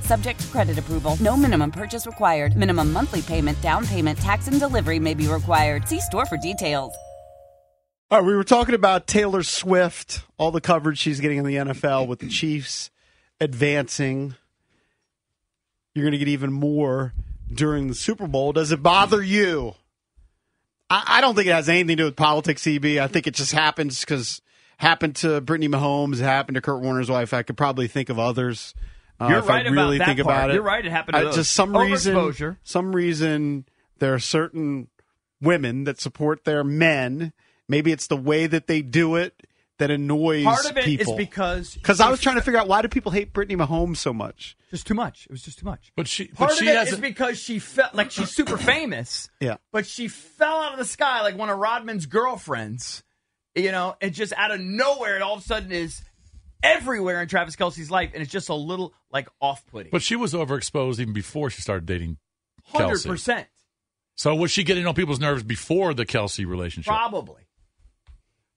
Subject to credit approval, no minimum purchase required. Minimum monthly payment, down payment, tax, and delivery may be required. See store for details. All right, we were talking about Taylor Swift, all the coverage she's getting in the NFL with the Chiefs advancing. You're going to get even more during the Super Bowl. Does it bother you? I, I don't think it has anything to do with politics, EB. I think it just happens because happened to Brittany Mahomes, it happened to Kurt Warner's wife. I could probably think of others. uh, You're if right I about really that think part. about it. You're right, it happened to I- those. just some reason. Overexposure. Some reason there are certain women that support their men. Maybe it's the way that they do it that annoys Part of it is people. because because I was trying to figure out why do people hate Brittany Mahomes so much. just too much. It was just too much. But she, Part but she of it is hasn't. because she felt like she's super famous. Yeah. But she fell out of the sky like one of Rodman's girlfriends. You know, it just out of nowhere, it all of a sudden is everywhere in Travis Kelsey's life, and it's just a little like off putting. but she was overexposed even before she started dating. hundred Kelsey. percent, So was she getting on people's nerves before the Kelsey relationship? probably.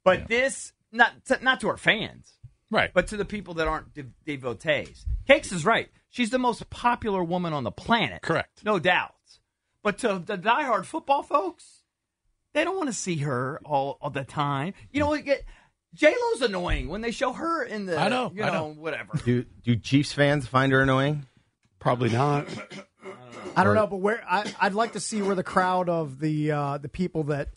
But this not to, not to our fans, right. but to the people that aren't de- devotees. Cakes is right. She's the most popular woman on the planet. Correct. No doubt. But to the diehard football folks, they don't want to see her all, all the time. You know what? J Lo's annoying when they show her in the. I know, You I know, know. whatever. Do do Chiefs fans find her annoying? Probably not. I don't know, but where I, I'd like to see where the crowd of the uh, the people that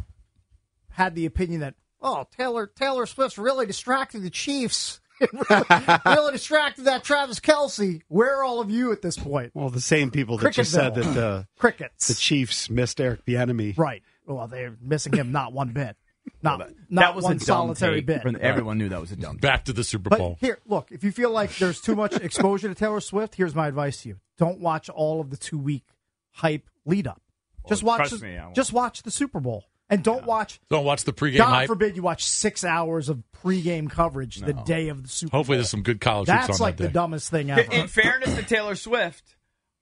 had the opinion that oh Taylor Taylor Swift's really distracted the Chiefs, really, really distracted that Travis Kelsey. Where are all of you at this point? Well, the same people that just said that Cricket Bill. the Crickets, the Chiefs missed Eric Bieniemy. right? Well, they're missing him not one bit, not not that was a one dumb solitary take. bit. Everyone knew that was a dumb. Back to the Super But Bowl. here, look, if you feel like there's too much exposure to Taylor Swift, here's my advice to you. Don't watch all of the two week hype lead up. just watch trust me, I won't. just watch the Super Bowl. And don't watch Don't watch the pregame God hype. forbid you watch six hours of pregame coverage the day of the Super Bowl. Hopefully, there's some good college hoops That's on like that the day. dumbest thing ever. In, in fairness to Taylor Swift,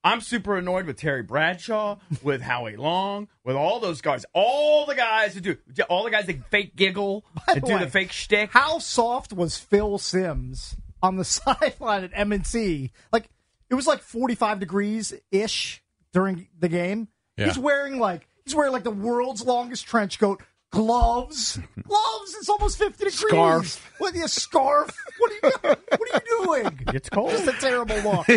I'm super annoyed with Terry Bradshaw, with Howie Long, with all those guys, all the guys that do all the guys that fake giggle By and the do way, the fake shtick. How soft was Phil Sims on the sideline at M&T? Like it was like 45 degrees ish during the game. Yeah. He's wearing like he's wearing like the world's longest trench coat, gloves, gloves. It's almost 50 degrees. Scarf. What a scarf. What are you what are you doing? It's cold. Just a terrible look.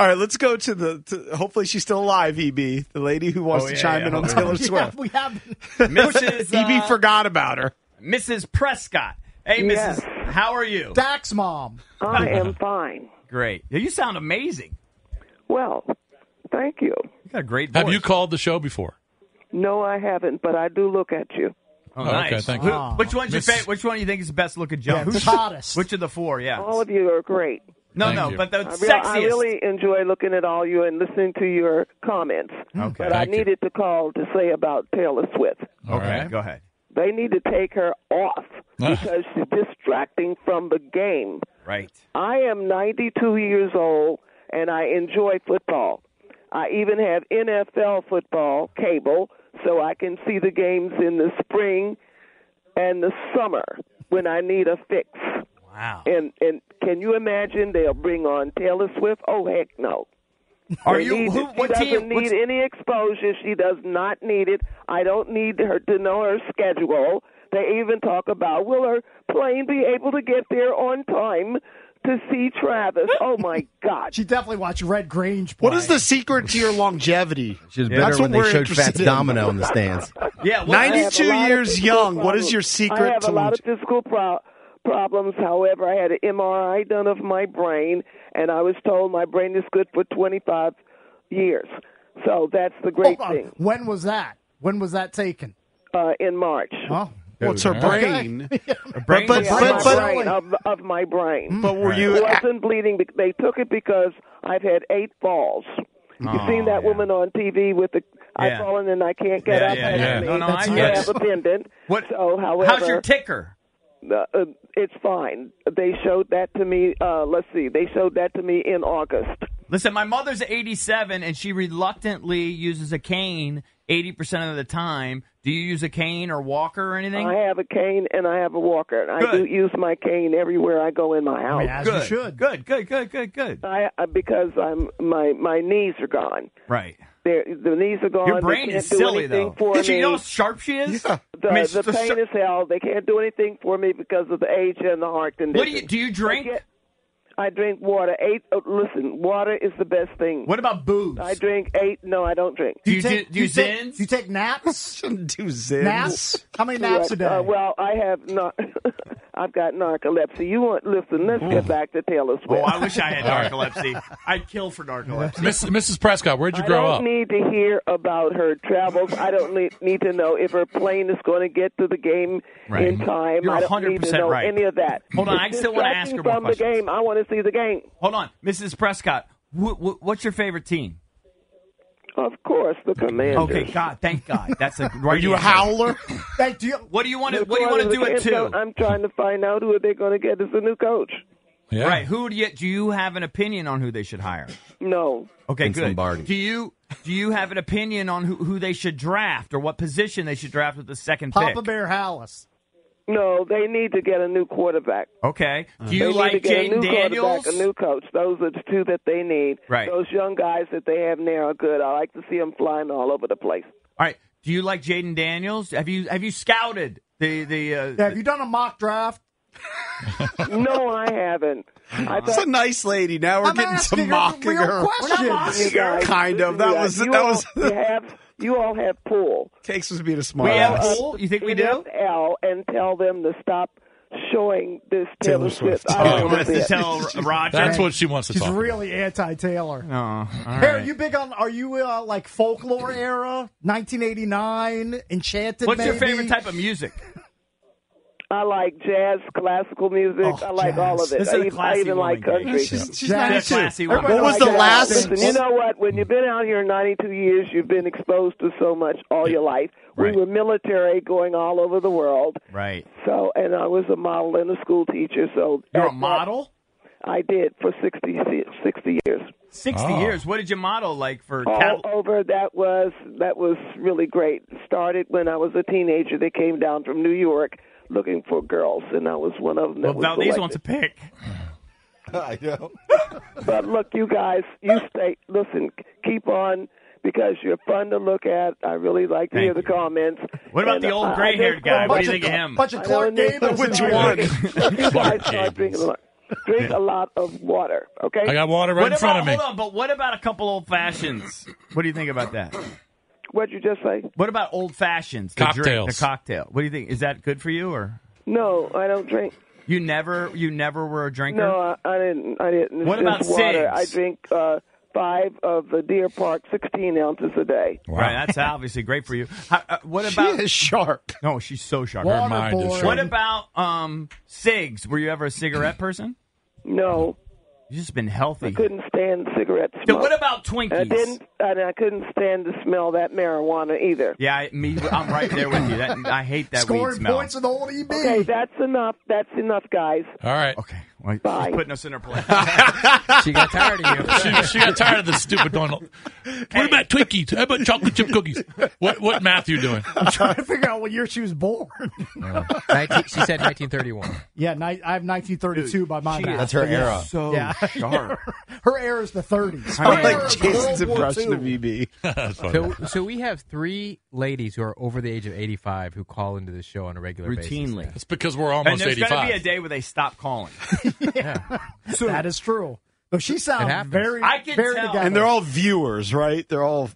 All right, let's go to the. To, hopefully, she's still alive. Eb, the lady who wants Oh, to yeah, chime yeah. in on Taylor yeah, Swift. we have Mrs. Eb uh, forgot about her. Mrs. Prescott. Hey, Yes. Mrs. How are you? Dax mom. I am fine. Great. You sound amazing. Well, thank you. You got a great voice. Have you called the show before? No, I haven't, but I do look at you. Oh, Oh, nice. okay, thank Who- you. Which one's your Miss- favorite? Which one do you think is the best looking Ah. Yeah, judge? who's hottest? Which of the four? Yeah. All of you are great. no, Thank no, you. but the I, sexiest. real- I really enjoy looking at all you and listening to your comments. okay. But I Thank you. needed to call to say about Taylor Swift. All okay. right. Ah. Go ahead. They need to take her off because she's distracting from the game. Right. I am 92 years old and I enjoy football. I even have NFL football cable so I can see the games in the spring and the summer when I need a fix. Wow. And and can you imagine they'll bring on Taylor Swift? Oh heck no. Are They you? need- Who, she what doesn't team? need what's- any exposure. She does not need it. I don't need her to know her schedule. They even talk about will her plane be able to get there on time to see Travis? Oh my God! She definitely watched Red Grange play. What is the secret to your longevity? She was better That's when what they we're showed Fats interested in. Domino in the stands. Yeah. What, I have a 92 lot of years physical young. What is problems. your I secret have to a lot long- of physical pro- problems. However, I had an MRI done of my brain, and I was told my brain is good for 25 years. So that's the great Hold on. thing When was that? When was that taken? uh, in March. Oh, What's her brain? But, but, Of but, my but, brain, of, of my brain. but were you? It wasn't bleeding. bec- They took it because I've had eight falls. You have seen that woman on TV with the Oh, Yeah. I've fallen and I can't get Yeah, up. yeah, and yeah. I No, no, I I get have it. a pendant. What? So, however, How's your ticker? uh, uh, it's fine. They showed that to me. Uh, let's see. They showed that to me in August. Listen, my mother's 87 and she reluctantly uses a cane 80% of the time. Do you use a cane or walker or anything? I have a cane and I have a walker. And I do Good. use my cane everywhere I go in my house. yeah, as good. you should. Good, good, good, good, good. I, I because I'm my my knees are gone. Right. They're, the knees are gone. Your They brain can't is do silly, anything though. For Did you me. know how sharp she is? The, I mean, it's the just a pain cer- is hell. They can't do anything for me because of the age and the heart condition. What do you do? You drink? They get- I drink water. Eight. Oh, listen, water is the best thing. What about booze? I drink eight. No, I don't drink. do you do, take- do you take- zins? do you take naps? do zins. naps? How many naps a day? Uh, well, I have not. I've got narcolepsy. You want? Listen, let's get back to Taylor oh, Swift. I wish I had narcolepsy. I'd kill for narcolepsy. Miss, Mrs. Prescott, where'd you I grow don't up? need to hear about her travels. I don't need, need to know if her plane is going to get to the game Right. in time. You're I don't need to 100% know right. any of that. Hold on, It's I still wanna ask her distracting more from questions. the game. I want to see the game. Hold on, Mrs. Prescott. Wh- wh- what's your favorite team? Of course, the commander. Okay, God, thank God. That's a right. Are you a answer. howler? Hey, do you, What do you want to? What do you want to do at two? I'm trying to find out who are they going to get as the new coach. Yeah. Right. Who do you do you have an opinion on who they should hire? No, Okay, Vince good. Lombardi. Do you do you have an opinion on who, who they should draft or what position they should draft with the second Papa pick? Bear Hallis. no, they need to get a new quarterback. Okay. Uh-huh. Do you They like need to get a Jaden new Daniels? quarterback, a new coach. Those are the two that they need. Right. Those young guys that they have now are good. I like to see them flying all over the place. All right. Do you like Jaden Daniels? Have you have you scouted the the? Uh, Yeah, have you done a mock draft? No, I haven't. I That's a thought nice lady. Now we're I'm getting asking to her mocking real her. questions. you guys, Kind of. listen to That was- You that was- all- you have you all have pull. Cakes was being a we smart have ass. pool? You think we Get do? Al and tell them to stop showing this Taylor Taylor, Swift. Swift. Oh, I You don't want us see to it. tell Roger? That's what she wants to She's talk. about. really anti-Taylor. Oh, all Hey, are right. you big on? Are you uh, like folklore era, 1989, Enchanted? What's your maybe? favorite type of music? I like jazz, classical music. Oh, I like jazz. all of it. This is a I even, I classy even like woman, Gage. country. She's, she's Yeah. She's a 92. classy woman. What was I the like last? that. Listen, you know what? When you've been out here 92 years, you've been exposed to so much all your life. Right. We were military, going all over the world. Right. So, and I was a model and a school teacher. So You're at a that- model. I did for 60, se- 60 years. Sixty Oh. years. What did you model like for? All Cal- over. That was that was really great. Started when I was a teenager. They came down from New York looking for girls, and I was one of them. well, That was Valdez selected. wants a pick. I know. But look, you guys, you stay. Listen, c- keep on because you're fun to look at. I really like to Thank hear the you. comments. What about And the old I- I gray-haired just- guy? What do you Bunch think of him? Bunch of I Clark don't need Gable. to Which know. one? You guys Gables. start drinking a lot. Drink a lot of water, okay? I got water right What in front about, of me. Hold on, but what about a couple old fashions? What do you think about that? What'd you just say? What about old fashions? The drink, Cocktails. the cocktail. What do you think? Is that good for you or No, I don't drink. you never you never were a drinker? No, I, I didn't. I didn't. It's What about just water? cigs? I drink uh, five of the Deer Park, sixteen ounces a day. Right, that's obviously great for you. How, uh, what She about? is sharp. no, she's so sharp. Her mind is Waterboard. sharp. What about um cigs? Were you ever a cigarette person? No, You've just been I healthy. couldn't stand cigarette Then smoke. what about And I Twinkies? didn't, and I couldn't stand to smell that marijuana either. Yeah, I, me, I'm right there with you. That, I hate that weed Scoring smell. points in the old EB. Okay, that's enough. That's enough, guys. All right. Okay, well, Bye. she's putting us in her place. She got tired of you. She, she got tired of the stupid Donald. What about Twinkies? How about chocolate chip cookies? What what math you doing? I'm trying to figure out what year she was born. No. 19, she said 1931. yeah, ni- I have 1932 by my she math. That's her era. so Yeah. sharp. Her era is the 30s. I Her mean- era Like is Jason's World War impression II. E of EB. That's funny. So, so we have three ladies who are over the age of 85 who call into this show on a regular basis. Routinely. It's because we're And almost there's going to 85. be a day where they stop calling. That is true. Though she It sounds happens. very, I can very tell. together. And they're all viewers, right? They're all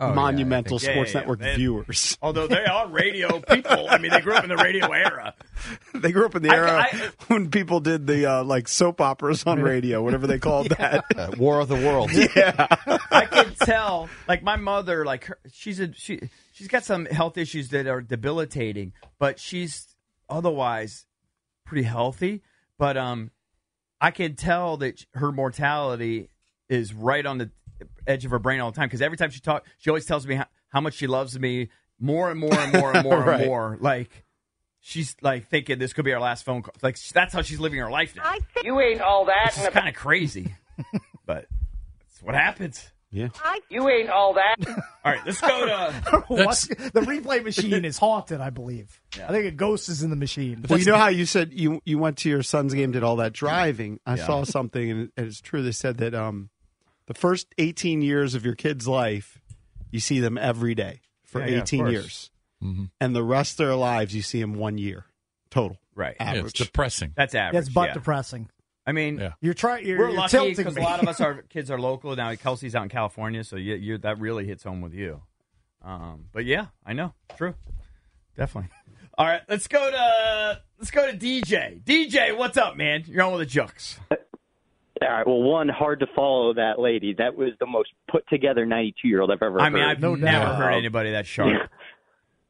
Oh, yeah, I monumental think- Sports Yeah, yeah, Network yeah. They- viewers. Although they are radio people. I mean, they grew up in the radio era. They grew up in the I- era I- when people did the uh, like soap operas on radio, whatever they called that. Uh, War of the Worlds. I could tell, like my mother, like her, she's a she, she's got some health issues that are debilitating, but she's otherwise pretty healthy. But um, I could tell that her mortality is right on the edge of her brain all the time because every time she talks, she always tells me how, how much she loves me more and more and more and more Right. and more. Like she's like thinking this could be our last phone call. Like that's how she's living her life now. You ain't all that, It's kind of crazy, but that's what happens. you ain't all that. All right, let's go to. Watch- the replay machine is haunted, I believe. I think a ghost is in the machine. Well, you know how you said you you went to your son's game, did all that driving. I saw something, and it- and it's true. They said that um, the first eighteen years of your kid's life, you see them every day for Yeah, yeah, of eighteen course. Mm-hmm. years, and the rest of their lives, you see them one year total. Right. Yeah, it's Average. depressing. That's average. That's butt yeah. depressing. I mean, Yeah. You're trying. You're, we're you're lucky tilting because a me. lot of us, our kids are local now. Kelsey's out in California, so you, you're, that really hits home with you. Um, but yeah, I know. True. Definitely. All right, let's go to let's go to DJ. DJ, what's up, man? You're on with the jokes. Uh, All right. Well, one hard to follow that lady. That was the most put together 92 year old I've ever I mean, heard. I've never heard anybody that sharp.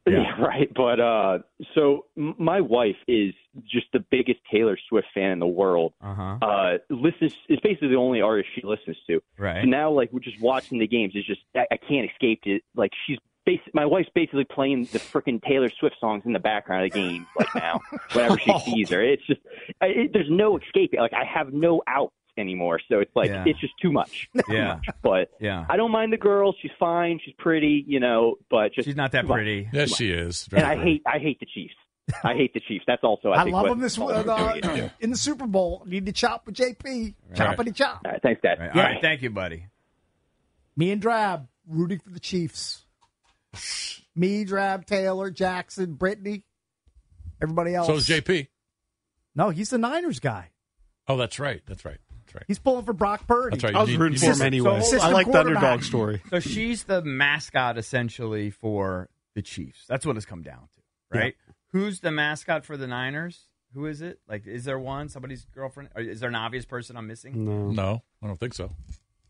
Yeah, right. But uh, so m- my wife is just the biggest Taylor Swift fan in the world. Uh huh. Uh, listens is basically the only artist she listens to. Right. So now, like, we're just watching the games. It's just I, I can't escape it. Like, she's bas- my wife's basically playing the freaking Taylor Swift songs in the background of the game. Like now, whenever Oh. she sees her, it's just I, it, there's no escaping. Like, I have no out anymore. So it's like Yeah. it's just too much. Too Yeah. much. But Yeah. I don't mind the girl. She's fine. She's pretty. You know. But just She's not that too much. pretty. Yes, she is. And Very I good. hate I hate the Chiefs. I hate the Chiefs. That's also I, I think love what- him this uh, in the Super Bowl. Need to chop with JP. Choppity chop. All right, thanks, Dad. All right, all right, thank you, buddy. Me and Drab rooting for the Chiefs. Me, Drab, Taylor, Jackson, Brittany, everybody else. So is JP. No, he's the Niners guy. Oh, that's right. That's right. That's right. He's pulling for Brock Purdy. That's right. I was You need- rooting you for need- him anyway. so- I like the quarterback. underdog story. So she's the mascot essentially for the Chiefs. That's what it's come down to, right? Who's the mascot for the Niners? Who is it? Like, is there one? Somebody's girlfriend? Or is there an obvious person I'm missing? No, I don't think so.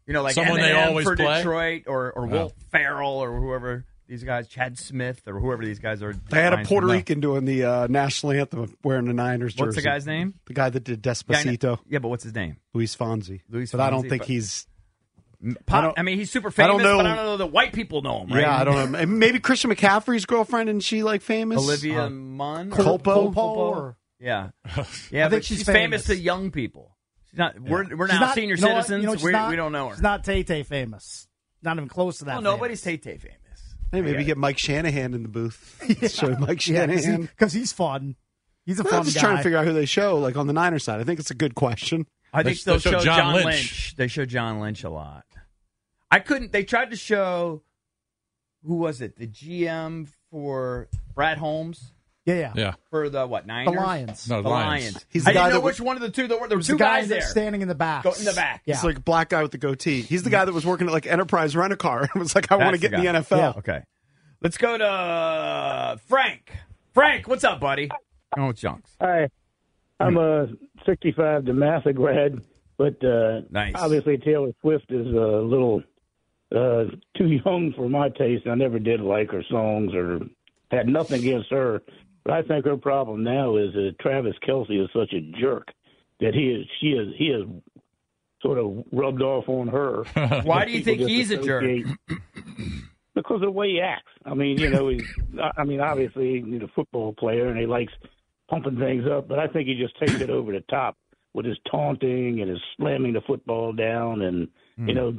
You know, like Someone they Eminem always for play? Detroit, or or Oh. No. Will Farrell, or whoever these guys, Chad Smith, or whoever these guys are. They had a Puerto No. Rican doing the uh, national anthem wearing the Niners jersey. What's the guy's name? The guy that did Yeah, I know- Despacito, yeah, but what's his name? Luis Fonzi. Luis but I don't Fonsi, think but- he's. Pop- I, don't- mean, he's super I famous, don't know- but I don't know that white people know him, right? Yeah, I don't know. Maybe Christian McCaffrey's girlfriend and she like famous. Olivia Munn, Culpo? Culpo, Culpo or- yeah, yeah. I but think she's, she's famous. famous. to young people. She's not. Uh, We're we're She's now not- senior you know what- you citizens. know she's we not- we don't know her. She's not Tay Tay famous. Not even close to that. well, nobody's Tay Tay famous. Hey, maybe Yeah. get Mike Shanahan in the booth. Show Mike because Shanahan. he's fun. He's a I'm fun just guy. trying to figure out who they show, like on the Niners side. I think it's a good question. I They think sh- they'll they show, John, Lynch. They show John Lynch a lot. I couldn't. They tried to show. Who was it? The GM for Brad Holmes yeah, yeah. Yeah. for the what Niners? Lions. No, The Lions. Lions. He's the I didn't guy know that which was- one of the two. There were, there were There's two the guy guys there. that's standing in the back. Go in the back. Mm-hmm. Yeah. He's like a black guy with the goatee. He's the guy that was working at like Enterprise Rent a Car and was like, I want to That's get in the guy. NFL. Yeah, Okay. Let's go to Frank. Frank, what's up, buddy? Oh, with Junks. Hi, I'm a 65 Damascus grad, but uh, Nice. obviously Taylor Swift is a little uh, too young for my taste. I never did like her songs or had nothing against her. But I think her problem now is that Travis Kelsey is such a jerk that he is she is he is sort of rubbed off on her. Why do you think People he's a jerk? disassociate- Because of the way he acts. I mean, you know, he's, I- I mean, obviously he's a football player and he likes pumping things up, but I think he just takes it over the top with his taunting and his slamming the football down and, you know,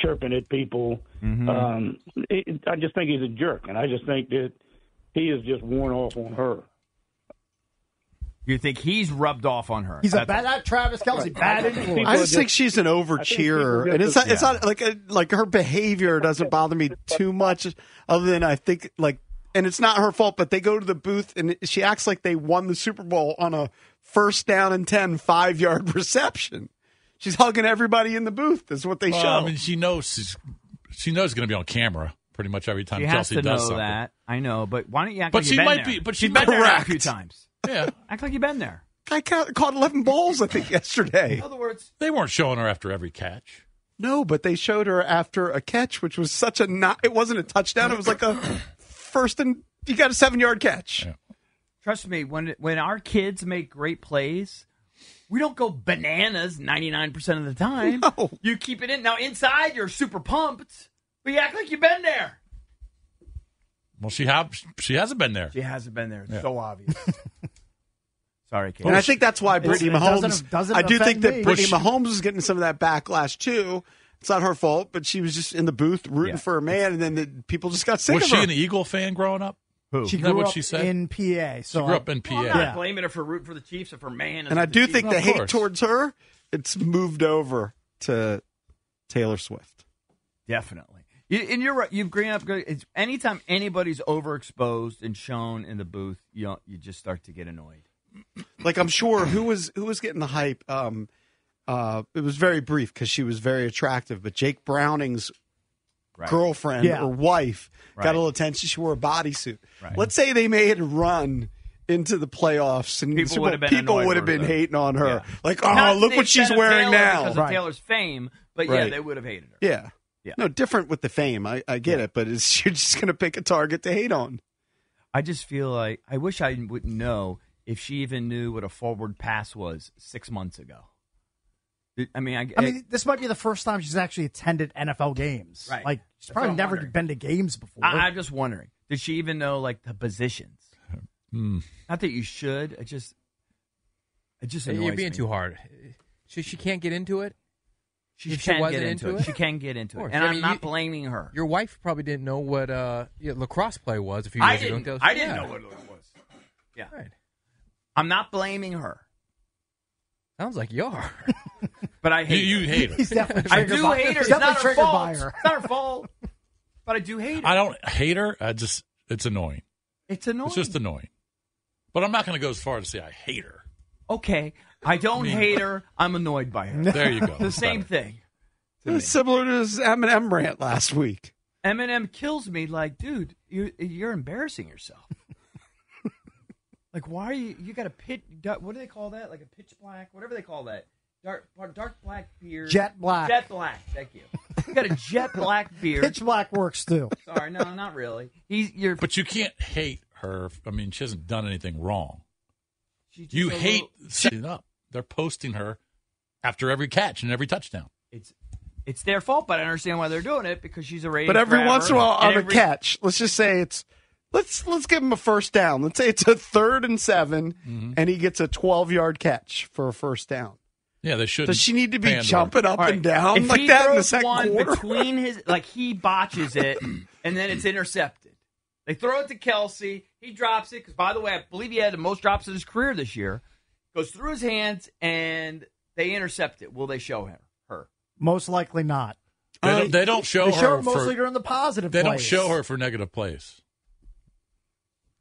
chirping at people. Mm-hmm. Mm-hmm. Uh, Um, it, I just think he's a jerk, and I just think that he is just worn off on her. You think he's rubbed off on her? He's a That's- bad that Travis Kelsey bad influence. I just think she's an over cheerer, people and it's not, it's Yeah. not like a, like her behavior doesn't bother me too much, other than I think like, and it's not her fault. But they go to the booth, and it- she acts like they won the Super Bowl on a first down and 10 5 yard reception. She's hugging everybody in the booth. Is what they Well, show. I mean, she knows she's, she knows it's going to be on camera. pretty much every time She has Chelsea to know does something. that. I know, but why don't you act But like she you've been might there? be- but she You've been there a correct. few times. Yeah, act like you've been there. I ca- caught 11 balls, I think, yesterday. In other words, they weren't showing her after every catch. No, but they showed her after a catch, which was such a not. It wasn't a touchdown. It was like a first and you got a seven yard catch. Trust me, when when our kids make great plays, we don't go bananas ninety nine percent of the time. You keep it in. Now inside, you're super pumped, but you act like you've been there. Well, she have she hasn't been there. She hasn't been there. It's Yeah. so obvious. Sorry, Kate. And I think that's why It's- Brittany it Mahomes. doesn't- doesn't I do think affect that me. Brittany Well, she- Mahomes is getting some of that backlash too. It's not her fault, but she was just in the booth rooting for a man, and then the people just got sick was of she her. an Eagle fan growing up? Who? She Isn't that grew what up she said? in PA. So she grew I- up in PA. I'm not blaming her for rooting for the Chiefs or for man. and I do think the they hate towards her it's moved over to Taylor Swift. Definitely. You, and you're right. You've grown up. It's, anytime anybody's overexposed and shown in the booth, you know, you just start to get annoyed. like I'm sure who was who was getting the hype. Um, uh, it was very brief because she was very attractive, but Jake Browning's girlfriend Yeah. or wife got Right. a little attention. She wore a bodysuit. Right. Let's say they made a run into the playoffs and People Super Bowl, would have been people annoyed would have with been her. hating on her. Like, oh, Not to look the what she's extent of wearing Taylor now. because of Taylor's fame, but yeah, Right. they would have hated her. Yeah. Yeah. No, different with the fame. I, I get it, but it's, you're just going to pick a target to hate on. I just feel like I wish I wouldn't know if she even knew what a forward pass was six months ago. I mean, I, I mean, this might be the first time she's actually attended NFL games. Right. Like That's she's what probably I'm never wondering. been to games before. I, I'm just wondering, did she even know like the positions? Not that you should. It just, it just annoys You're being me. too hard. She, she can't get into it. She If can she get wasn't into it. She can get into Of it. course. And I I'm mean, not you- blaming her. Your wife probably didn't know what uh, yeah, lacrosse play was a few years I ago. didn't. until- I didn't yeah. know what it was. Yeah, I'm not blaming her. Sounds like you are. But I hate. You- you her. hate her. He's definitely I triggered do by- hate her. he's It's not definitely her triggered fault. by her. It's not her fault. But I do hate her. I don't hate her. I just it's annoying. It's annoying. It's just annoying. But I'm not going to go as far to say I hate her. Okay, I don't Me. hate her. I'm annoyed by her. There you go. the same thing. It was similar to his Eminem rant last week. Eminem kills me. Like, dude, you you're embarrassing yourself. like, why are you? You got a pit. What do they call that? Like a pitch black, whatever they call that. Dark, dark black beard. Jet black. Jet black. Thank you. You got a jet black beard. Pitch black works too. Sorry, no, not really. He's you're. But you can't hate her. I mean, she hasn't done anything wrong. just You a hate little- setting up. They're posting her after every catch and every touchdown. It's it's their fault, but I understand why they're doing it because she's a rating. But every grabber, once in a while, and on every- a catch, let's just say it's let's let's give him a first down. Let's say it's a third and 7 Mm-hmm. and he gets a twelve yard catch for a first down. Yeah, they should. Does she need to be pander. jumping up All right. and down If like he that in the throws second one quarter? Between his, like he botches it, and then it's intercepted. They throw it to Kelsey. He drops it because, by the way, I believe he had the most drops in his career this year. Goes through his hands, and they intercept it. Will they show him her? Most likely not. They don't, they don't show They her. show for- mostly during the positive. They don't plays. show her for negative plays.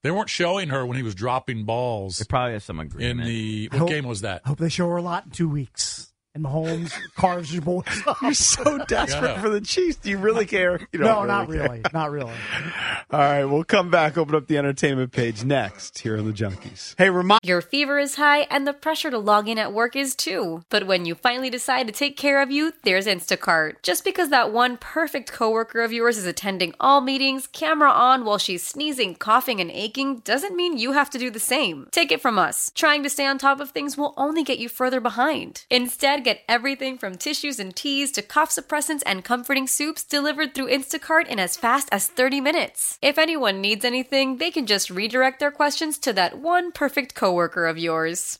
They weren't showing her when he was dropping balls. They probably have some agreement. In the I what hope- game was that? I hope they show her a lot in two weeks. And Mahomes carves your boys. You're so desperate for the Chiefs. Do you really care? You don't no, not care. really, not really. All right, we'll come back. Open up the entertainment page next here on the Junkies. Hey, remind Your fever is high and the pressure to log in at work is too. But when you finally decide to take care of you, there's Instacart. Just because that one perfect coworker of yours is attending all meetings, camera on while she's sneezing, coughing, and aching, doesn't mean you have to do the same. Take it from us. Trying to stay on top of things will only get you further behind. Instead, get everything from tissues and teas to cough suppressants and comforting soups delivered through Instacart in as fast as 30 minutes. If anyone needs anything, they can just redirect their questions to that one perfect coworker of yours.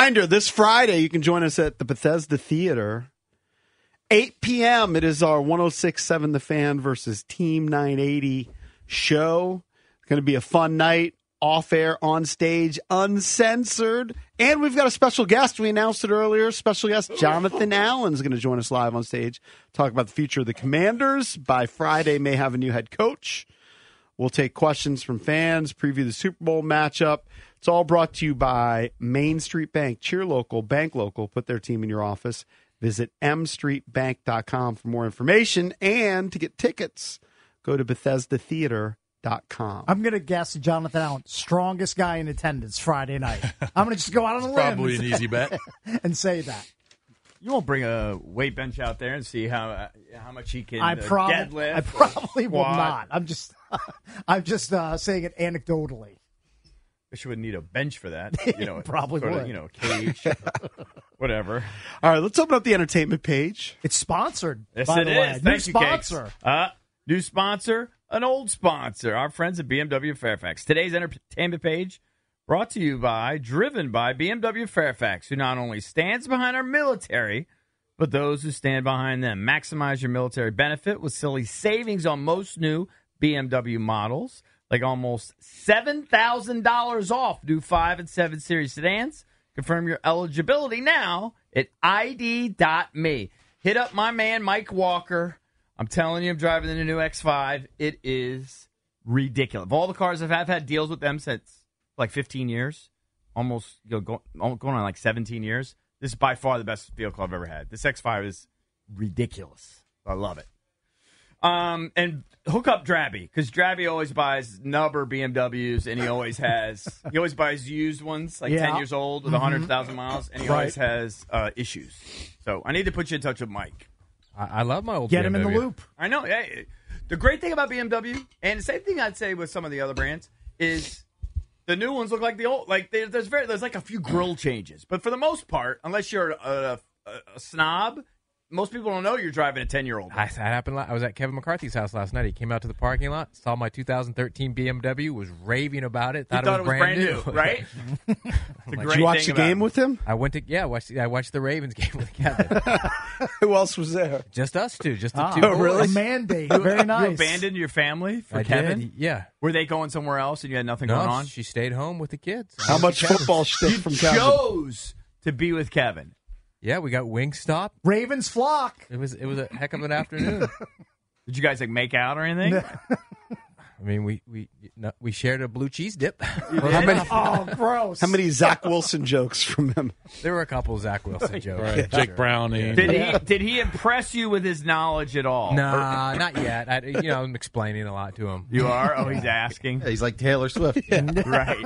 Reminder this Friday, you can join us at the Bethesda Theater. 8 p.m. It is our 1067 The Fan versus Team 980 show. It's going to be a fun night, off air, on stage, uncensored. And we've got a special guest. We announced it earlier. Special guest Jonathan Allen is going to join us live on stage, talk about the future of the Commanders. By Friday, may have a new head coach. We'll take questions from fans, preview the Super Bowl matchup. It's all brought to you by Main Street Bank. Cheer local, bank local. Put their team in your office. Visit mstreetbank.com for more information and to get tickets, go to bethesdatheater.com. I'm going to guess Jonathan Allen, strongest guy in attendance Friday night. I'm going to just go out on a limb. Probably and an say- easy bet. and say that. You won't bring a weight bench out there and see how uh, how much he can I, uh, prob- deadlift. I or probably will squat. not. I'm just, I'm just uh, saying it anecdotally. Wish you wouldn't need a bench for that. You know, Probably sort of, would. you know, cage, whatever. All right, let's open up the entertainment page. It's sponsored. Yes, by it the is. way, Thank new you, sponsor. Cakes. Uh, new sponsor, an old sponsor, our friends at BMW Fairfax. Today's entertainment page brought to you by, driven by BMW Fairfax, who not only stands behind our military, but those who stand behind them. Maximize your military benefit with silly savings on most new BMW models, like almost $7,000 off new 5 and 7 Series sedans. Confirm your eligibility now at ID.me. Hit up my man, Mike Walker. I'm telling you, I'm driving the new X5. It is ridiculous. Of all the cars I've had, I've had deals with them since like 15 years, almost you know, go, almost going on like 17 years. This is by far the best vehicle I've ever had. This X5 is ridiculous. I love it. Um, and hook up Drabby because Drabby always buys nubber BMWs, and he always has he always buys used ones like Yeah. ten years old with Mhm. a hundred thousand miles, and he Right. always has uh, issues. So I need to put you in touch with Mike. I, I love my old Get him in the BMW. loop. I know. yeah, yeah. the great thing about BMW, and the same thing I'd say with some of the other brands, is the new ones look like the old. Like there- there's very there's like a few grill changes, but for the most part, unless you're a, a, a snob, most people don't know you're driving a ten year old. I, that happened. la- I was at Kevin McCarthy's house last night. He came out to the parking lot, saw my 2013 BMW, was raving about it. Thought, thought it, was brand, new, right? I'm like, Did you watch the game with him? I went to yeah, I watched I watched the Ravens game with Kevin. Who else was there? Just us two, just the Ah. two. Oh, boys. really? A mandate. You- Very nice. You abandoned your family for I did, Kevin? yeah. Were they going somewhere else and you had nothing No, going on? She stayed home with the kids. How much football shtick from Kevin? chose to be with Kevin. Yeah, we got Wingstop. Ravens flock. It was it was a heck of an afternoon. Did you guys like make out or anything? I mean, we we no, we shared a blue cheese dip. How many- oh, gross. How many Zach Wilson jokes from him? There were a couple of Zach Wilson jokes. Right, Jake Browning. Did he did he impress you with his knowledge at all? Nah, not yet. I, you know, I'm explaining a lot to him. You are? Oh, he's asking. he's like Taylor Swift. right.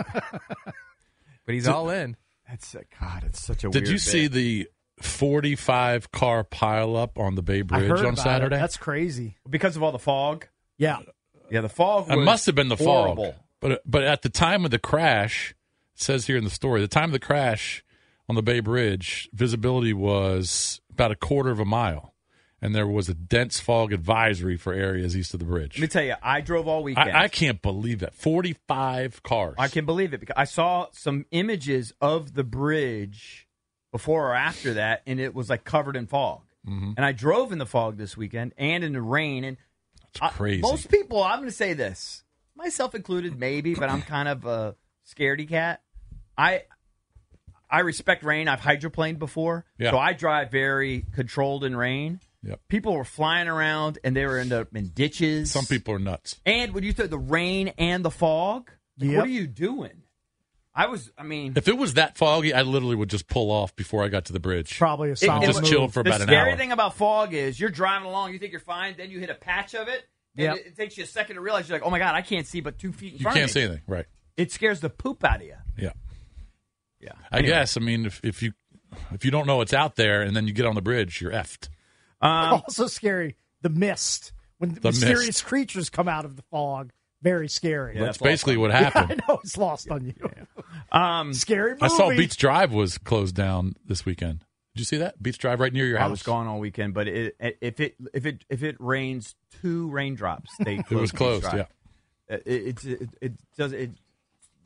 But he's Did- all in. That's a, God. It's such a. Did you see the 45 car pileup on the Bay Bridge on Saturday? That's crazy. Because of all the fog. Yeah. Yeah, the fog. It was must have been the horrible. fog. But but at the time of the crash, it says here in the story, the time of the crash on the Bay Bridge, visibility was about a quarter of a mile, and there was a dense fog advisory for areas east of the bridge. Let me tell you, I drove all weekend. I, I can't believe that forty-five cars. I can believe it because I saw some images of the bridge before or after that, and it was like covered in fog. Mm-hmm. And I drove in the fog this weekend and in the rain. And I- crazy. most people, I'm going to say this, myself included, maybe, but I'm kind of a scaredy cat. I I respect rain. I've hydroplaned before, Yeah. so I drive very controlled in rain. People were flying around and they were in, the, in ditches. Some people are nuts. And when you throw the rain and the fog, like, Yep. what are you doing? I was, I mean, If it was that foggy, I literally would just pull off before I got to the bridge. Probably a solid just move. chill for the about an scary hour. thing about fog is you're driving along, you think you're fine, then you hit a patch of it, and Yep. it, it takes you a second to realize you're like, oh my god, I can't see but two feet in You front. can't of see me. anything, right? It scares the poop out of you. Yeah. Yeah. I guess. I mean, if, if you if you don't know it's out there and then you get on the bridge, you're effed. also scary. The mist when Um, The mysterious mist. creatures come out of the fog. Very scary. Yeah, That's that's basically awesome. what happened. Yeah, I know it's lost on you. Um, scary movie. I saw Beach Drive was closed down this weekend. Did you see that Beach Drive right near your I house? was gone all weekend, but it, it, if it if it if it rains two raindrops, they It was closed, close Beach Drive. Uh, It, it, it, it does it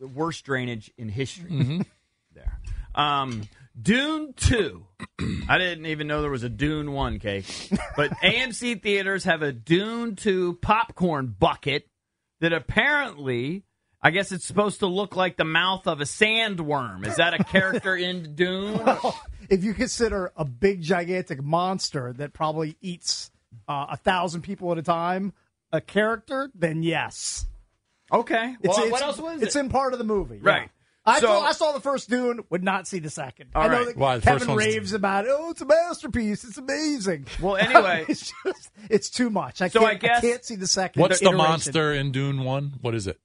the worst drainage in history. Mhm. There, um, Dune two. I didn't even know there was a Dune one, cake. But AMC theaters have a Dune two popcorn bucket that apparently. I guess it's supposed to look like the mouth of a sandworm. Is that a character in Dune? If you consider a big gigantic monster that probably eats uh, a thousand people at a time a character, then yes. Okay. Well, what else was It's it? in part of the movie, yeah. Right. I, So- saw, I saw the first Dune, would not see the second. All I know right. that Why, the first Kevin one's- raves about, oh, it's a masterpiece, it's amazing. Well, anyway- it's just it's too much. I So can't, I guess- can't see the second. What's the iteration. monster in Dune One? What is it?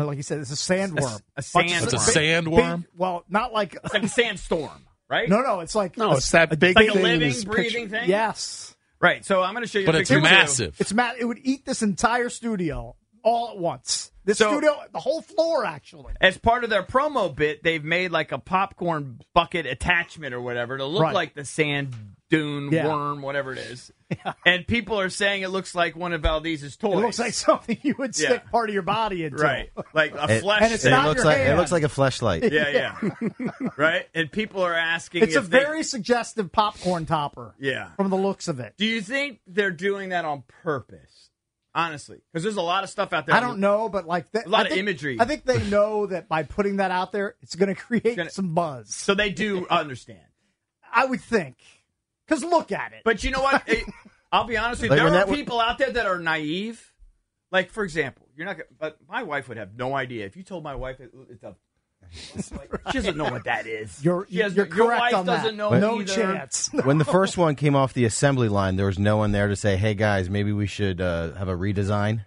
Uh, Like you said, it's a sandworm. A- a Bunch sandworm. of- It's a big- sandworm? big- well, not like it's like a sandstorm, right? No, no, it's like No, a- it's that a big Like a thing in living, his breathing picture. thing? Yes, Right. So I'm going to show you. a picture too. It's ma- It would eat this entire studio all at once. This So- studio, the whole floor, actually. As part of their promo bit, they've made like a popcorn bucket attachment or whatever to look Right. like the sand dune Yeah. worm, whatever it is. And people are saying it looks like one of Valdez's It toys. looks like something you would stick Yeah. part of your body into. right, like a It- flesh. And it's it not looks your like it hand. looks like a fleshlight. yeah, yeah, right. And people are asking. It's a if they- very suggestive popcorn topper. Yeah. From the looks of it. Do you think they're doing that on purpose? Honestly, because there's a lot of stuff out there. I don't know, but like that, A lot I of think- imagery. I think they know that by putting that out there, it's going to create some buzz. So they do understand. I would think, because look at it. But you know what? It- I'll be honest with you. Like, there when are that w- people out there that are naive. Like for example, you're not. Gonna, but my wife would have no idea if you told my wife it, it's a. it's like- She doesn't know what that is. You're- She has- you're your correct wife on that. doesn't know. But- no either. chance. When the first one came off the assembly line, there was no one there to say, "Hey guys, maybe we should uh, have a redesign."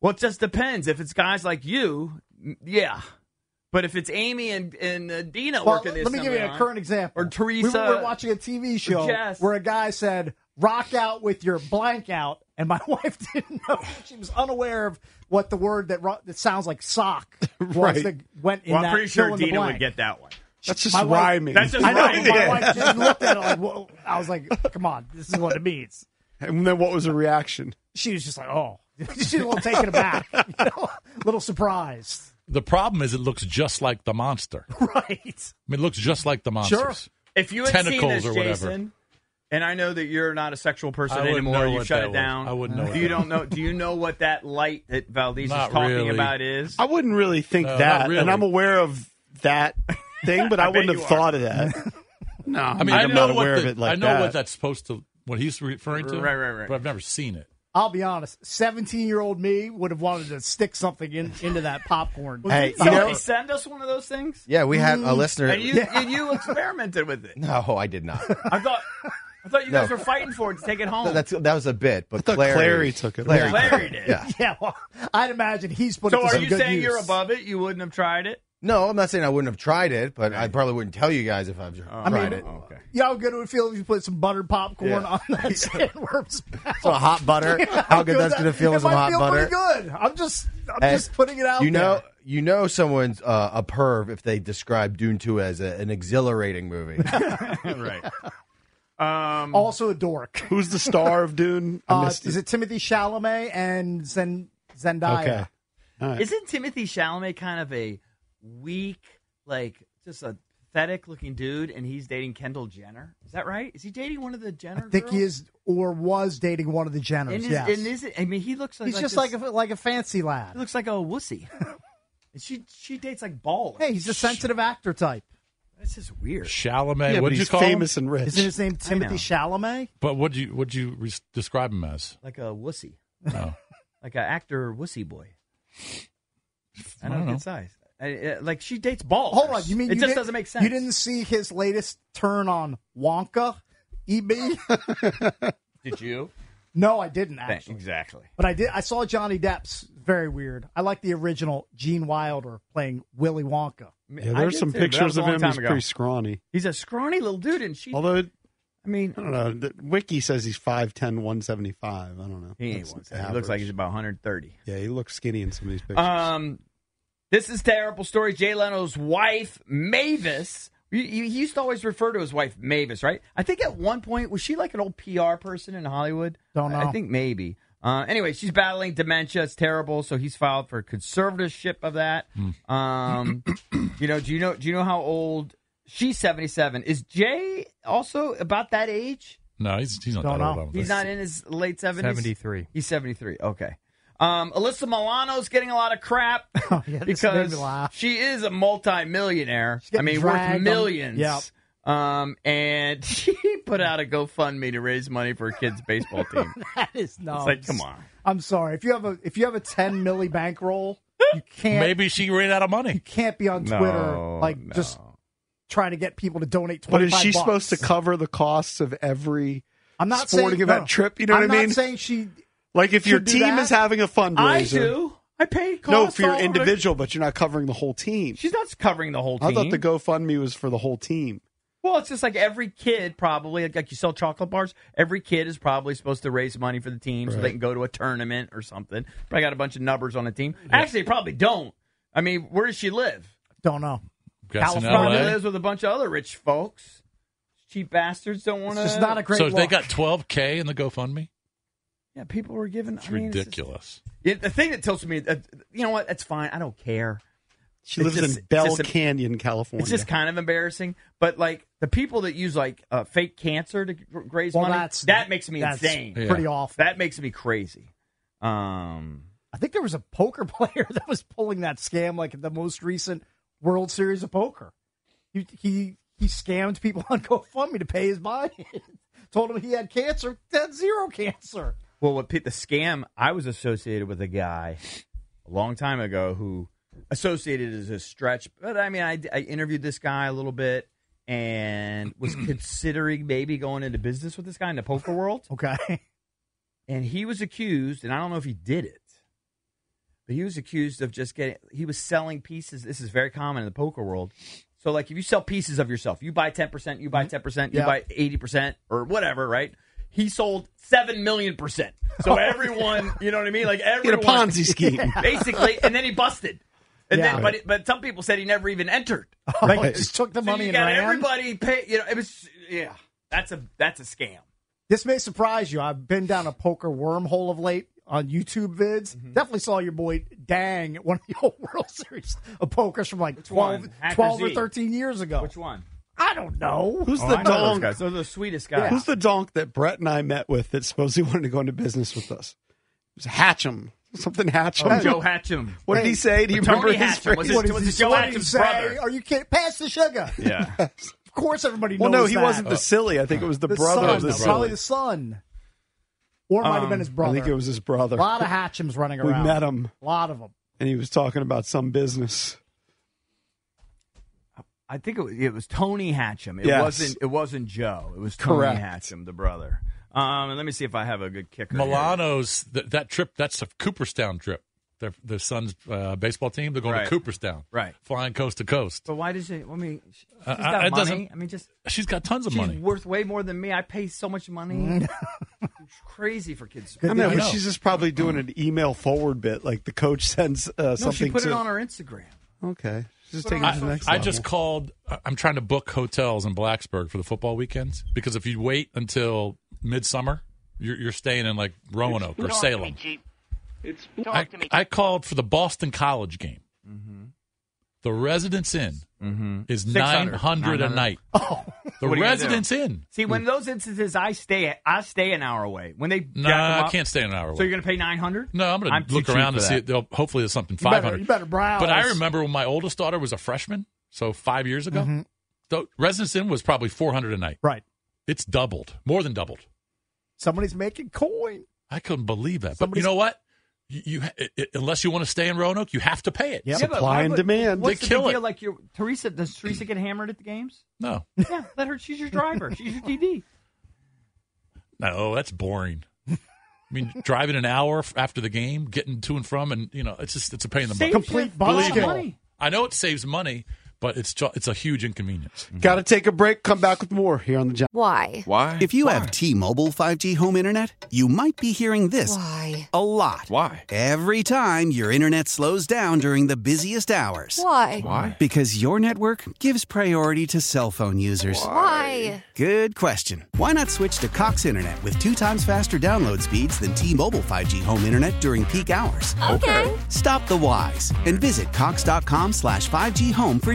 Well, it just depends. If it's guys like you, m- yeah. But if it's Amy and and uh, Dina Well, working this, let me give you a current example. Or We Teresa. were, we were watching a TV show Jess. where a guy said, "Rock out with your blank out," and my wife didn't know. She was unaware of what the word that ro- that sounds like sock was Right. that went in Well, that I'm pretty sure fill in the Dina would blank. get that one. That's My wife- That's just I know, rhyming. but My wife just looked at it like, "Whoa!" I was like, "Come on, this is what it means." And then what was the reaction? She was just like, "Oh," she's a little taken aback, you know, a little surprised. The problem is it looks just like the monster. Right. I mean, it looks just like the monsters. If you had seen Tentacles this, or whatever. Jason, and I know that you're not a sexual person I wouldn't anymore, know you what shut that it was. down. I wouldn't know what Do you that don't know? Do you know what that light that Valdez Not is talking really. about is? I wouldn't really think No, not that, really. and I'm aware of that thing, but I I, bet wouldn't you have are. thought of that. No, I mean, Um, I'm I know not what aware the- of it like I know that. what that's supposed to, what he's referring to. Right, right, right. But I've never seen it. I'll be honest. Seventeen-year-old me would have wanted to stick something in, into that popcorn. Hey, you Somebody know- send us one of those things. Yeah, we had Mm-hmm. a listener- And you, Yeah. and you experimented with it. No, I did not. I thought, I thought you guys No. were fighting for it to take it home. That's that was a bit, but thought Clary, Clary took it. Clary, Larry did. Yeah. Yeah, well, I'd imagine he's put. So it to are some you good saying use. you're above it? You wouldn't have tried it. No, I'm not saying I wouldn't have tried it, but I probably wouldn't tell you guys if I've tried I mean, it. Okay. You know how good it would feel if you put some buttered popcorn Yeah. on that sandworm's mouth? So hot butter. How good that's gonna feel it with some might hot feel butter. Pretty good. I'm just, I'm And just putting it out. You know, there. you know, someone's uh, a perv if they describe Dune Two as a, an exhilarating movie. right. Um, also a dork. Who's the star of Dune? I Uh, missed is it. it Timothy Chalamet and Zen, Zendaya? Okay. All right. Isn't Timothy Chalamet kind of a weak, like just a pathetic looking dude, and he's dating Kendall Jenner. Is that right? Is he dating one of the Jenner? I think he is or was dating one of the Jenners. And is, yes. and is it? I mean, he looks like He's like just this- like a, like a fancy lad. He looks like a wussy. and she she dates like ballers. Hey, he's a sensitive actor type. That's just weird. Chalamet. Yeah, what but you he's call famous him? and rich. Isn't his name I Timothy know. Chalamet? But what do you what do you re- describe him as? Like a wussy. No. like an actor wussy boy. I I don't don't know know. good size. I, I- like she dates ballers. Hold on, you mean it just you didn't- doesn't make sense? You didn't see his latest turn on Wonka, EB? Did you? no, I didn't actually. Exactly. But I did. I saw Johnny Depp's very weird. I like the original Gene Wilder playing Willy Wonka. Yeah, there's some pictures of him. He's pretty scrawny. He's a scrawny little dude, and she. Although, it- I mean, I don't know. The Wiki says he's 5'10", 175. I don't know. He ain't That's 170. He looks like he's about 130. Yeah, he looks skinny in some of these pictures. Um, this is terrible story. Jay Leno's wife, Mavis. You- you- He used to always refer to his wife Mavis, right? I think at one point was she like an old PR person in Hollywood? Don't I- I know. think maybe. Uh, anyway, she's battling dementia. It's terrible, so he's filed for conservatorship of that. Um, you know, do you know? Do you know how old she's? Seventy seven. Is Jay also about that age? No, he's he's not that old. I don't think. He's not in his late seventies. 73. He's seventy three. Okay. Um, Alyssa Milano's getting a lot of crap Oh, this made me because laugh. she is a multimillionaire. I getting mean, dragged worth on- millions. Yep. Um, and she put out a GoFundMe to raise money for her kids' baseball team. that is no. It's like, come on. I'm sorry. If you have a if you have a 10 milli bankroll, you can't Maybe she ran out of money. can't be on No, Twitter like just trying to get people to donate. 25 but is she bucks. supposed to cover the costs of every I'm not sporting saying, event no, trip? You know I'm what I mean? Not saying she like if your should do team that. is having a fundraiser, I do. I paid costs. No, for your all over the- individual, but you're not covering the whole team. She's not covering the whole team. I thought the GoFundMe was for the whole team. Well, it's just like every kid probably like, like you sell chocolate bars. Every kid is probably supposed to raise money for the team so they Right. can go to a tournament or something. Probably got a bunch of numbers on the team. Actually, they probably don't. I mean, where does she live? don't know. Guess in Probably LA. lives with a bunch of other rich folks. Cheap bastards don't want to. just not a so if they got 12k in the GoFundMe, Yeah, people were giving. it's I mean, it's just- ridiculous. Yeah, the thing that tells me, uh, you know what? That's fine. I don't care. She It's lives just- in it's Bell just a- Canyon, California. It's just kind of embarrassing, but like the people that use like uh, fake cancer to g- raise Well, money, that's- that makes me that's insane. pretty Yeah. awful. That makes me crazy. Um, I think there was a poker player that was pulling that scam like at the most recent World Series of Poker. He he, he scammed people on GoFundMe to pay his buy. Told him he had cancer. Had zero cancer. Well, what Pete, the scam, I was associated with a guy a long time ago who associated is a stretch, but I mean, I, I interviewed this guy a little bit and was considering maybe going into business with this guy in the poker world. Okay. And he was accused, and I don't know if he did it, but he was accused of just getting, he was selling pieces. This is very common in the poker world. So, like, if you sell pieces of yourself, you buy 10%, you buy 10%, you Mm-hmm. Yeah. buy 80%, or whatever, right? He sold 7 million percent. So everyone, you know what I mean? Like He had a everyone. Ponzi scheme. Basically, and then he busted. And Yeah. then, but, but some people said he never even entered. Like, just took the So money you and got ran. everybody pay, you know, it was, yeah, that's a, that's a scam. This may surprise you. I've been down a poker wormhole of late on YouTube vids. Mm-hmm. Definitely saw your boy Dang at one of the old World Series of Pokers from like 12, one? Hacker 12 or Z. 13 years ago. Which one? Oh, I don't know. Who's the donk? Those are the sweetest guys. Oh, Who's the donk that Brett and I met with that supposedly wanted to go into business with us? It was Hatcham. Something Hatcham. Oh, Joe Hatcham. What did he say? Do you Tony remember his Hatcham. Was phrase? it, was it Joe What did he Hatcham's say? brother? Are you kidding? Pass the sugar. Yeah. Oh. Of course, everybody knows. Well, no, he that. wasn't the silly. I think it was the, The brother son, of the though. silly. probably the son, or it might have Um, been his brother. I think it was his brother. A lot of Hatchems running We around. met him. A lot of them. and he was talking about some business. I think it was, it was Tony Hatcham. It Yes. wasn't. It wasn't Joe. It was Tony Correct. Hatcham, the brother. Um, and let me see if I have a good kicker. here. Milano's that, that trip. That's a Cooperstown trip. Their their son's uh, baseball team. They're going Right. to Cooperstown. Right. Flying coast to coast. But why does it? I mean, she's Uh, got uh, it money. doesn't- I mean, just She's got tons of she's money. worth way more than me. I pay so much money. It's crazy for kids. uh, I mean, but she's just probably doing Oh. an email forward bit, like the coach sends uh, no, something. she put to, it on her Instagram. Okay, she's just Put it taking on it to the her next I level. just called. I- I'm trying to book hotels in Blacksburg for the football weekends because if you wait until midsummer, you're, you're staying in like Roanoke or Salem. It's Mm-hmm. I, I called for the Boston College game. The Residence Inn is nine hundred a 900. night. the Oh, What are you gonna Residence do? Inn. See, when those instances, I stay I stay an hour away. When they No, jack 'em I up- can't stay an hour So away. you're going to pay nine hundred? No, I'm going to look around to see it. They'll, hopefully, there's something You better- five hundred. you better browse. But I remember when my oldest daughter was a freshman, so five years ago, the Residence Inn was probably four hundred a night. Right. It's doubled, more than doubled. Somebody's making coin. I couldn't believe that. But you know what? You, you it, it- unless you want to stay in Roanoke, you have to pay it. Yeah, but why would- What's they the big kill it. deal? Like your Teresa, does Teresa get hammered at the games? no, Yeah, let her. She's your driver. She's your TD. no, that's boring. I mean, driving an hour f- after the game, getting to and from, and you know, it's just it's a pain in the butt. Saves Complete you a lot of Believe me. money. I know it saves money, but it's ju- it's a huge inconvenience. Mm-hmm. Got to Mm-hmm. take a break. Come back with more here on the John. Why? Why? If you have T-Mobile 5G home internet, you might be hearing this Why? a lot. Why? Every time your internet slows down during the busiest hours. Why? Because your network gives priority to cell phone users. Why? Good question. Why not switch to Cox Internet with two times faster download speeds than T-Mobile 5G home internet during peak hours? Okay. Stop the whys and visit cox.com slash 5G home for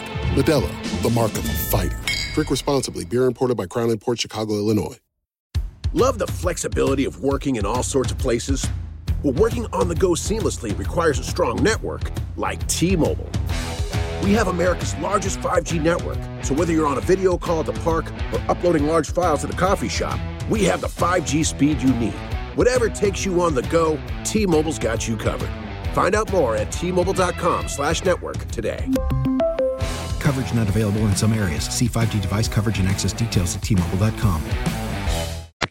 Medella, the mark of a fighter. Drink responsibly, beer imported by Crown Port Chicago, Illinois. Love the flexibility of working in all sorts of places? Well, working on the go seamlessly requires a strong network like T Mobile. We have America's largest 5G network, so whether you're on a video call at the park or uploading large files at a coffee shop, we have the 5G speed you need. Whatever takes you on the go, T Mobile's got you covered. Find out more at T Mobile.com slash network today. Coverage not available in some areas. See 5G device coverage and access details at tmobile.com.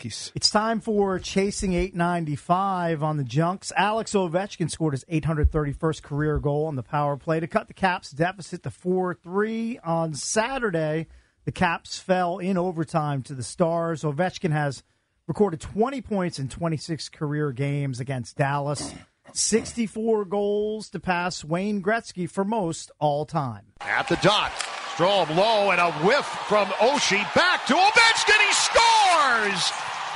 It's time for Chasing 895 on the Junks. Alex Ovechkin scored his 831st career goal on the power play to cut the Caps deficit to 4 3 on Saturday. The Caps fell in overtime to the Stars. Ovechkin has recorded 20 points in 26 career games against Dallas, 64 goals to pass Wayne Gretzky for most all time. At the dot. Strom low and a whiff from Oshie back to Ovechkin. He scores!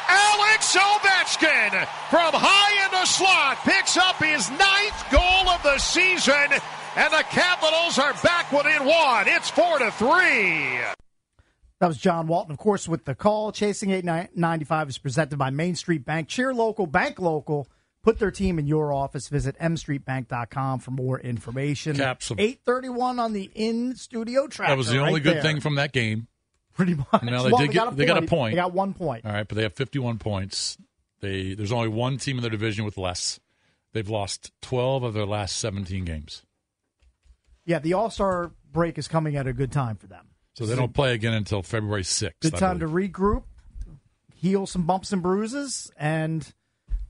Alex Ovechkin from high in the slot picks up his ninth goal of the season, and the Capitals are back within one. It's four to three. That was John Walton, of course, with the call. Chasing 895 is presented by Main Street Bank. Cheer local, bank local. Put their team in your office. Visit mstreetbank.com for more information. Capsule. 831 on the in studio track. That was the only good thing from that game. Pretty much. Now they did get they got a point. They got one point. All right, but they have 51 points. They there's only one team in their division with less. They've lost 12 of their last 17 games. Yeah, the All Star break is coming at a good time for them. So they don't play again until February 6th. Good I time to believe. regroup, heal some bumps and bruises, and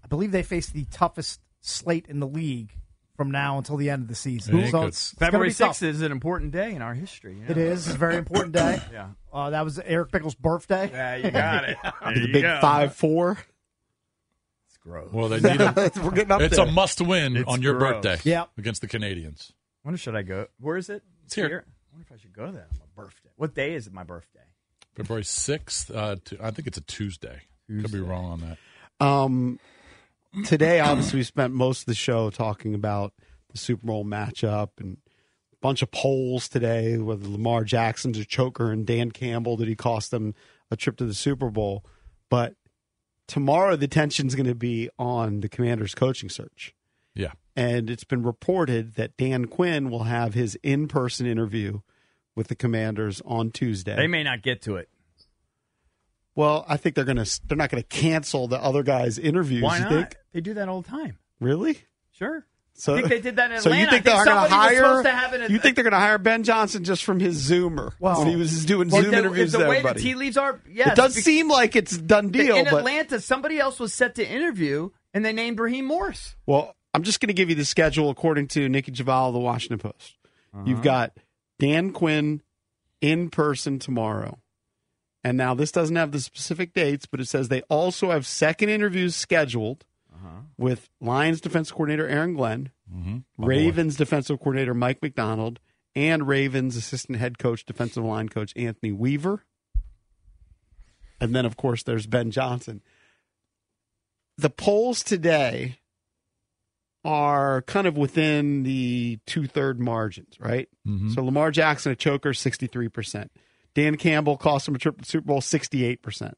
I believe they face the toughest slate in the league from now until the end of the season. So it's, it's gonna February be tough. sixth is an important day in our history. you It know? is. It's a very important day. yeah. Uh, that was Eric Bickle's birthday. Yeah, you got it. There The you big go. five four. Well, they need a, We're getting up It's there. a must win It's on your gross. birthday Yep. against the Canadians. Wonder should I go? Where is it? It's here. I wonder if I should go to that on my birthday. What day is my birthday? February 6th, uh, t- I think it's a Tuesday. Could be wrong on that. Um, today, obviously, we spent most of the show talking about the Super Bowl matchup and a bunch of polls today whether Lamar Jackson's a choker and Dan Campbell did he cost them a trip to the Super Bowl. But tomorrow, the tension's going to be on the Commanders' coaching search. Yeah. And it's been reported that Dan Quinn will have his in person interview with the Commanders on Tuesday. They may not get to it. Well, I think they're gonna they're not gonna cancel the other guy's interviews. Why you not? think? They do that all the time. Really? Sure. So I think they did that in so you Atlanta. think I they're think gonna somebody was hire? supposed to have an- you think they're gonna hire Ben Johnson just from his Zoomer Well- when he was doing Well, Zoom the- interviews? if the with way everybody. the tea leaves are, yes, it does be- seem like it's done deal. in but Atlanta, somebody else was set to interview, and they named Raheem Morris. well, I'm just gonna give you the schedule according to Nikki Javal of the Washington Post. You've got Dan Quinn in person tomorrow. And now this doesn't have the specific dates, but it says they also have second interviews scheduled with Lions defense coordinator Aaron Glenn, Ravens defensive coordinator Mike McDonald, and Ravens assistant head coach, defensive line coach Anthony Weaver. And then, of course, there's Ben Johnson. The polls today are kind of within the two third margins, right? Mm-hmm. So Lamar Jackson, a choker, 63%. Dan Campbell cost him a trip to the Super Bowl, 68%.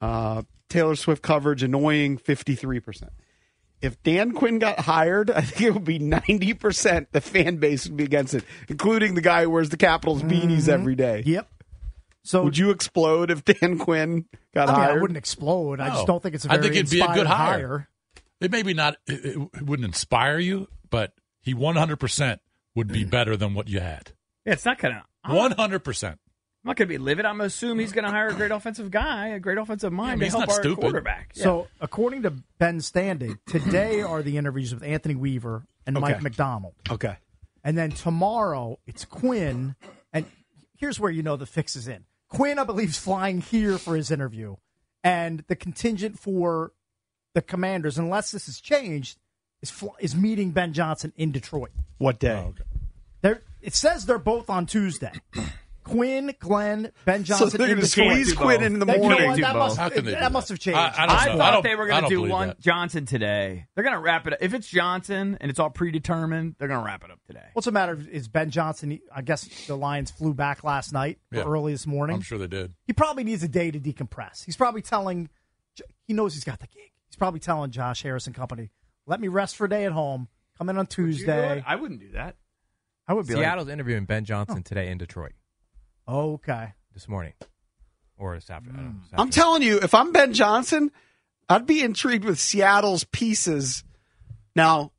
Uh, Taylor Swift coverage, annoying, 53%. If Dan Quinn got hired, I think it would be 90% the fan base would be against it, including the guy who wears the Capitals beanies every day. Mm-hmm. Yep. So would you explode if Dan Quinn got I mean, hired? I wouldn't explode. I No. just don't think it's a Oh. I very think it'd be a inspired good hire. It maybe not. It, it- it wouldn't inspire you, but he 100 percent would be better than what you had. Yeah, it's not gonna. I'm 100 percent. I'm not gonna be livid. I'm gonna assume he's gonna hire a great offensive guy, a great offensive mean, mind to he's help not our stupid. quarterback. Yeah. So, according to Ben Standing, today are the interviews with Anthony Weaver and Okay. Mike McDonald. Okay. And then tomorrow it's Quinn. And here's where you know the fix is in. Quinn, I believe, is flying here for his interview. And the contingent for the commanders, unless this has changed, is, fl- is meeting Ben Johnson in Detroit. What day? Oh, They're, it says they're both on Tuesday. Quinn, Glenn, Ben So Johnson. they're in gonna Detroit. squeeze Quinn in the They- you know morning. what? Do That, both. must, How can they do that that? must have changed. I- I don't know. thought I don't- they were I going to don't do believe one that. Johnson today. They're going to wrap it up. If it's Johnson and it's all predetermined, they're going to wrap it up today. What's the matter? Is Ben Johnson? I guess the Lions flew back last night or Yeah. early this morning. I'm sure they did. He probably needs a day to decompress. He's probably telling, he knows he's got the gig. He's probably telling Josh Harris and company, let me rest for a day at home. Come in on Tuesday. I wouldn't do that. I would be like- Seattle's interviewing Ben Johnson today in Detroit Okay. this morning or this afternoon. I don't know, this I'm telling you, if I'm Ben Johnson, I'd be intrigued with Seattle's pieces. Now,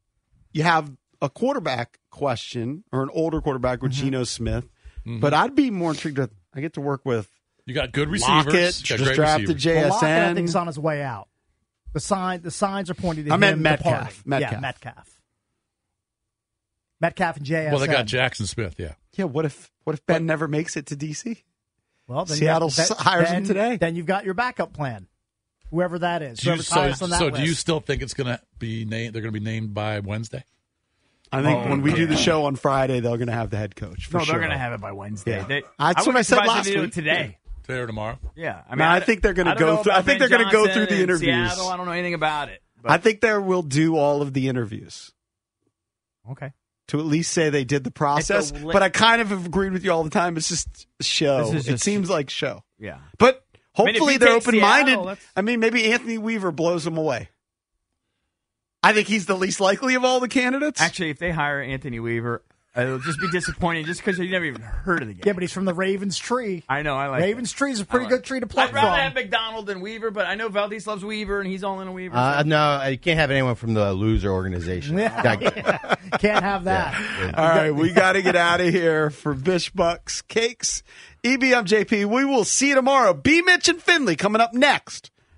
you have a quarterback question or an older quarterback with Mm-hmm. Geno Smith, but I'd be more intrigued with I get to work with You got good receivers. Lockett, you got just great drafted receivers. J- Well, Lockett, I ASN. think, is on his way out. The sign, the signs are pointing. At I meant him Metcalf. departing. Yeah, Metcalf. Metcalf. Metcalf and JSN. well, they got Jackson Smith. Yeah, Yeah, what if what if Ben never makes it to DC? Well, then you Seattle have to- s- hires him then- today. Then you've got your backup plan, whoever that is. Do you, whoever's so highest on that so do you list. still think it's going to be named? They're going to be named by Wednesday. I think Oh, when we do the yeah. show on Friday, they're going to have the head coach. For no, sure. they're going to have it by Wednesday. Yeah. They, That's I what I wouldn't said advise last them to do week. it today. Today or tomorrow? Yeah, I No, mean, I think they're gonna I don't go know through- I about think Ben they're gonna go Johnson through the and interviews. Seattle, I don't know anything about it. I think they will do all of the interviews. Okay. To at least say they did the process, It's a li- but I kind of have agreed with you all the time. It's just show. This is it just- seems like show. Yeah. But I mean, if hopefully you they're take open minded. Seattle, that's- I mean, maybe Anthony Weaver blows them away. I think he's the least likely of all the candidates. Actually, if they hire Anthony Weaver, it'll just be disappointing just because you never even heard of the guy. Yeah, but he's from the Ravens tree. I know. I like Ravens tree is a pretty I like good tree to it. pluck I'd rather from. have McDonald than Weaver, but I know Valdez loves Weaver and he's all in a Weaver. so- Uh, no, you can't have anyone from the loser organization. That- Can't have that. All right, we got to get out of here for Bish Bucks Cakes. E EBM JP, we will see you tomorrow. B. Mitch and Finley coming up next,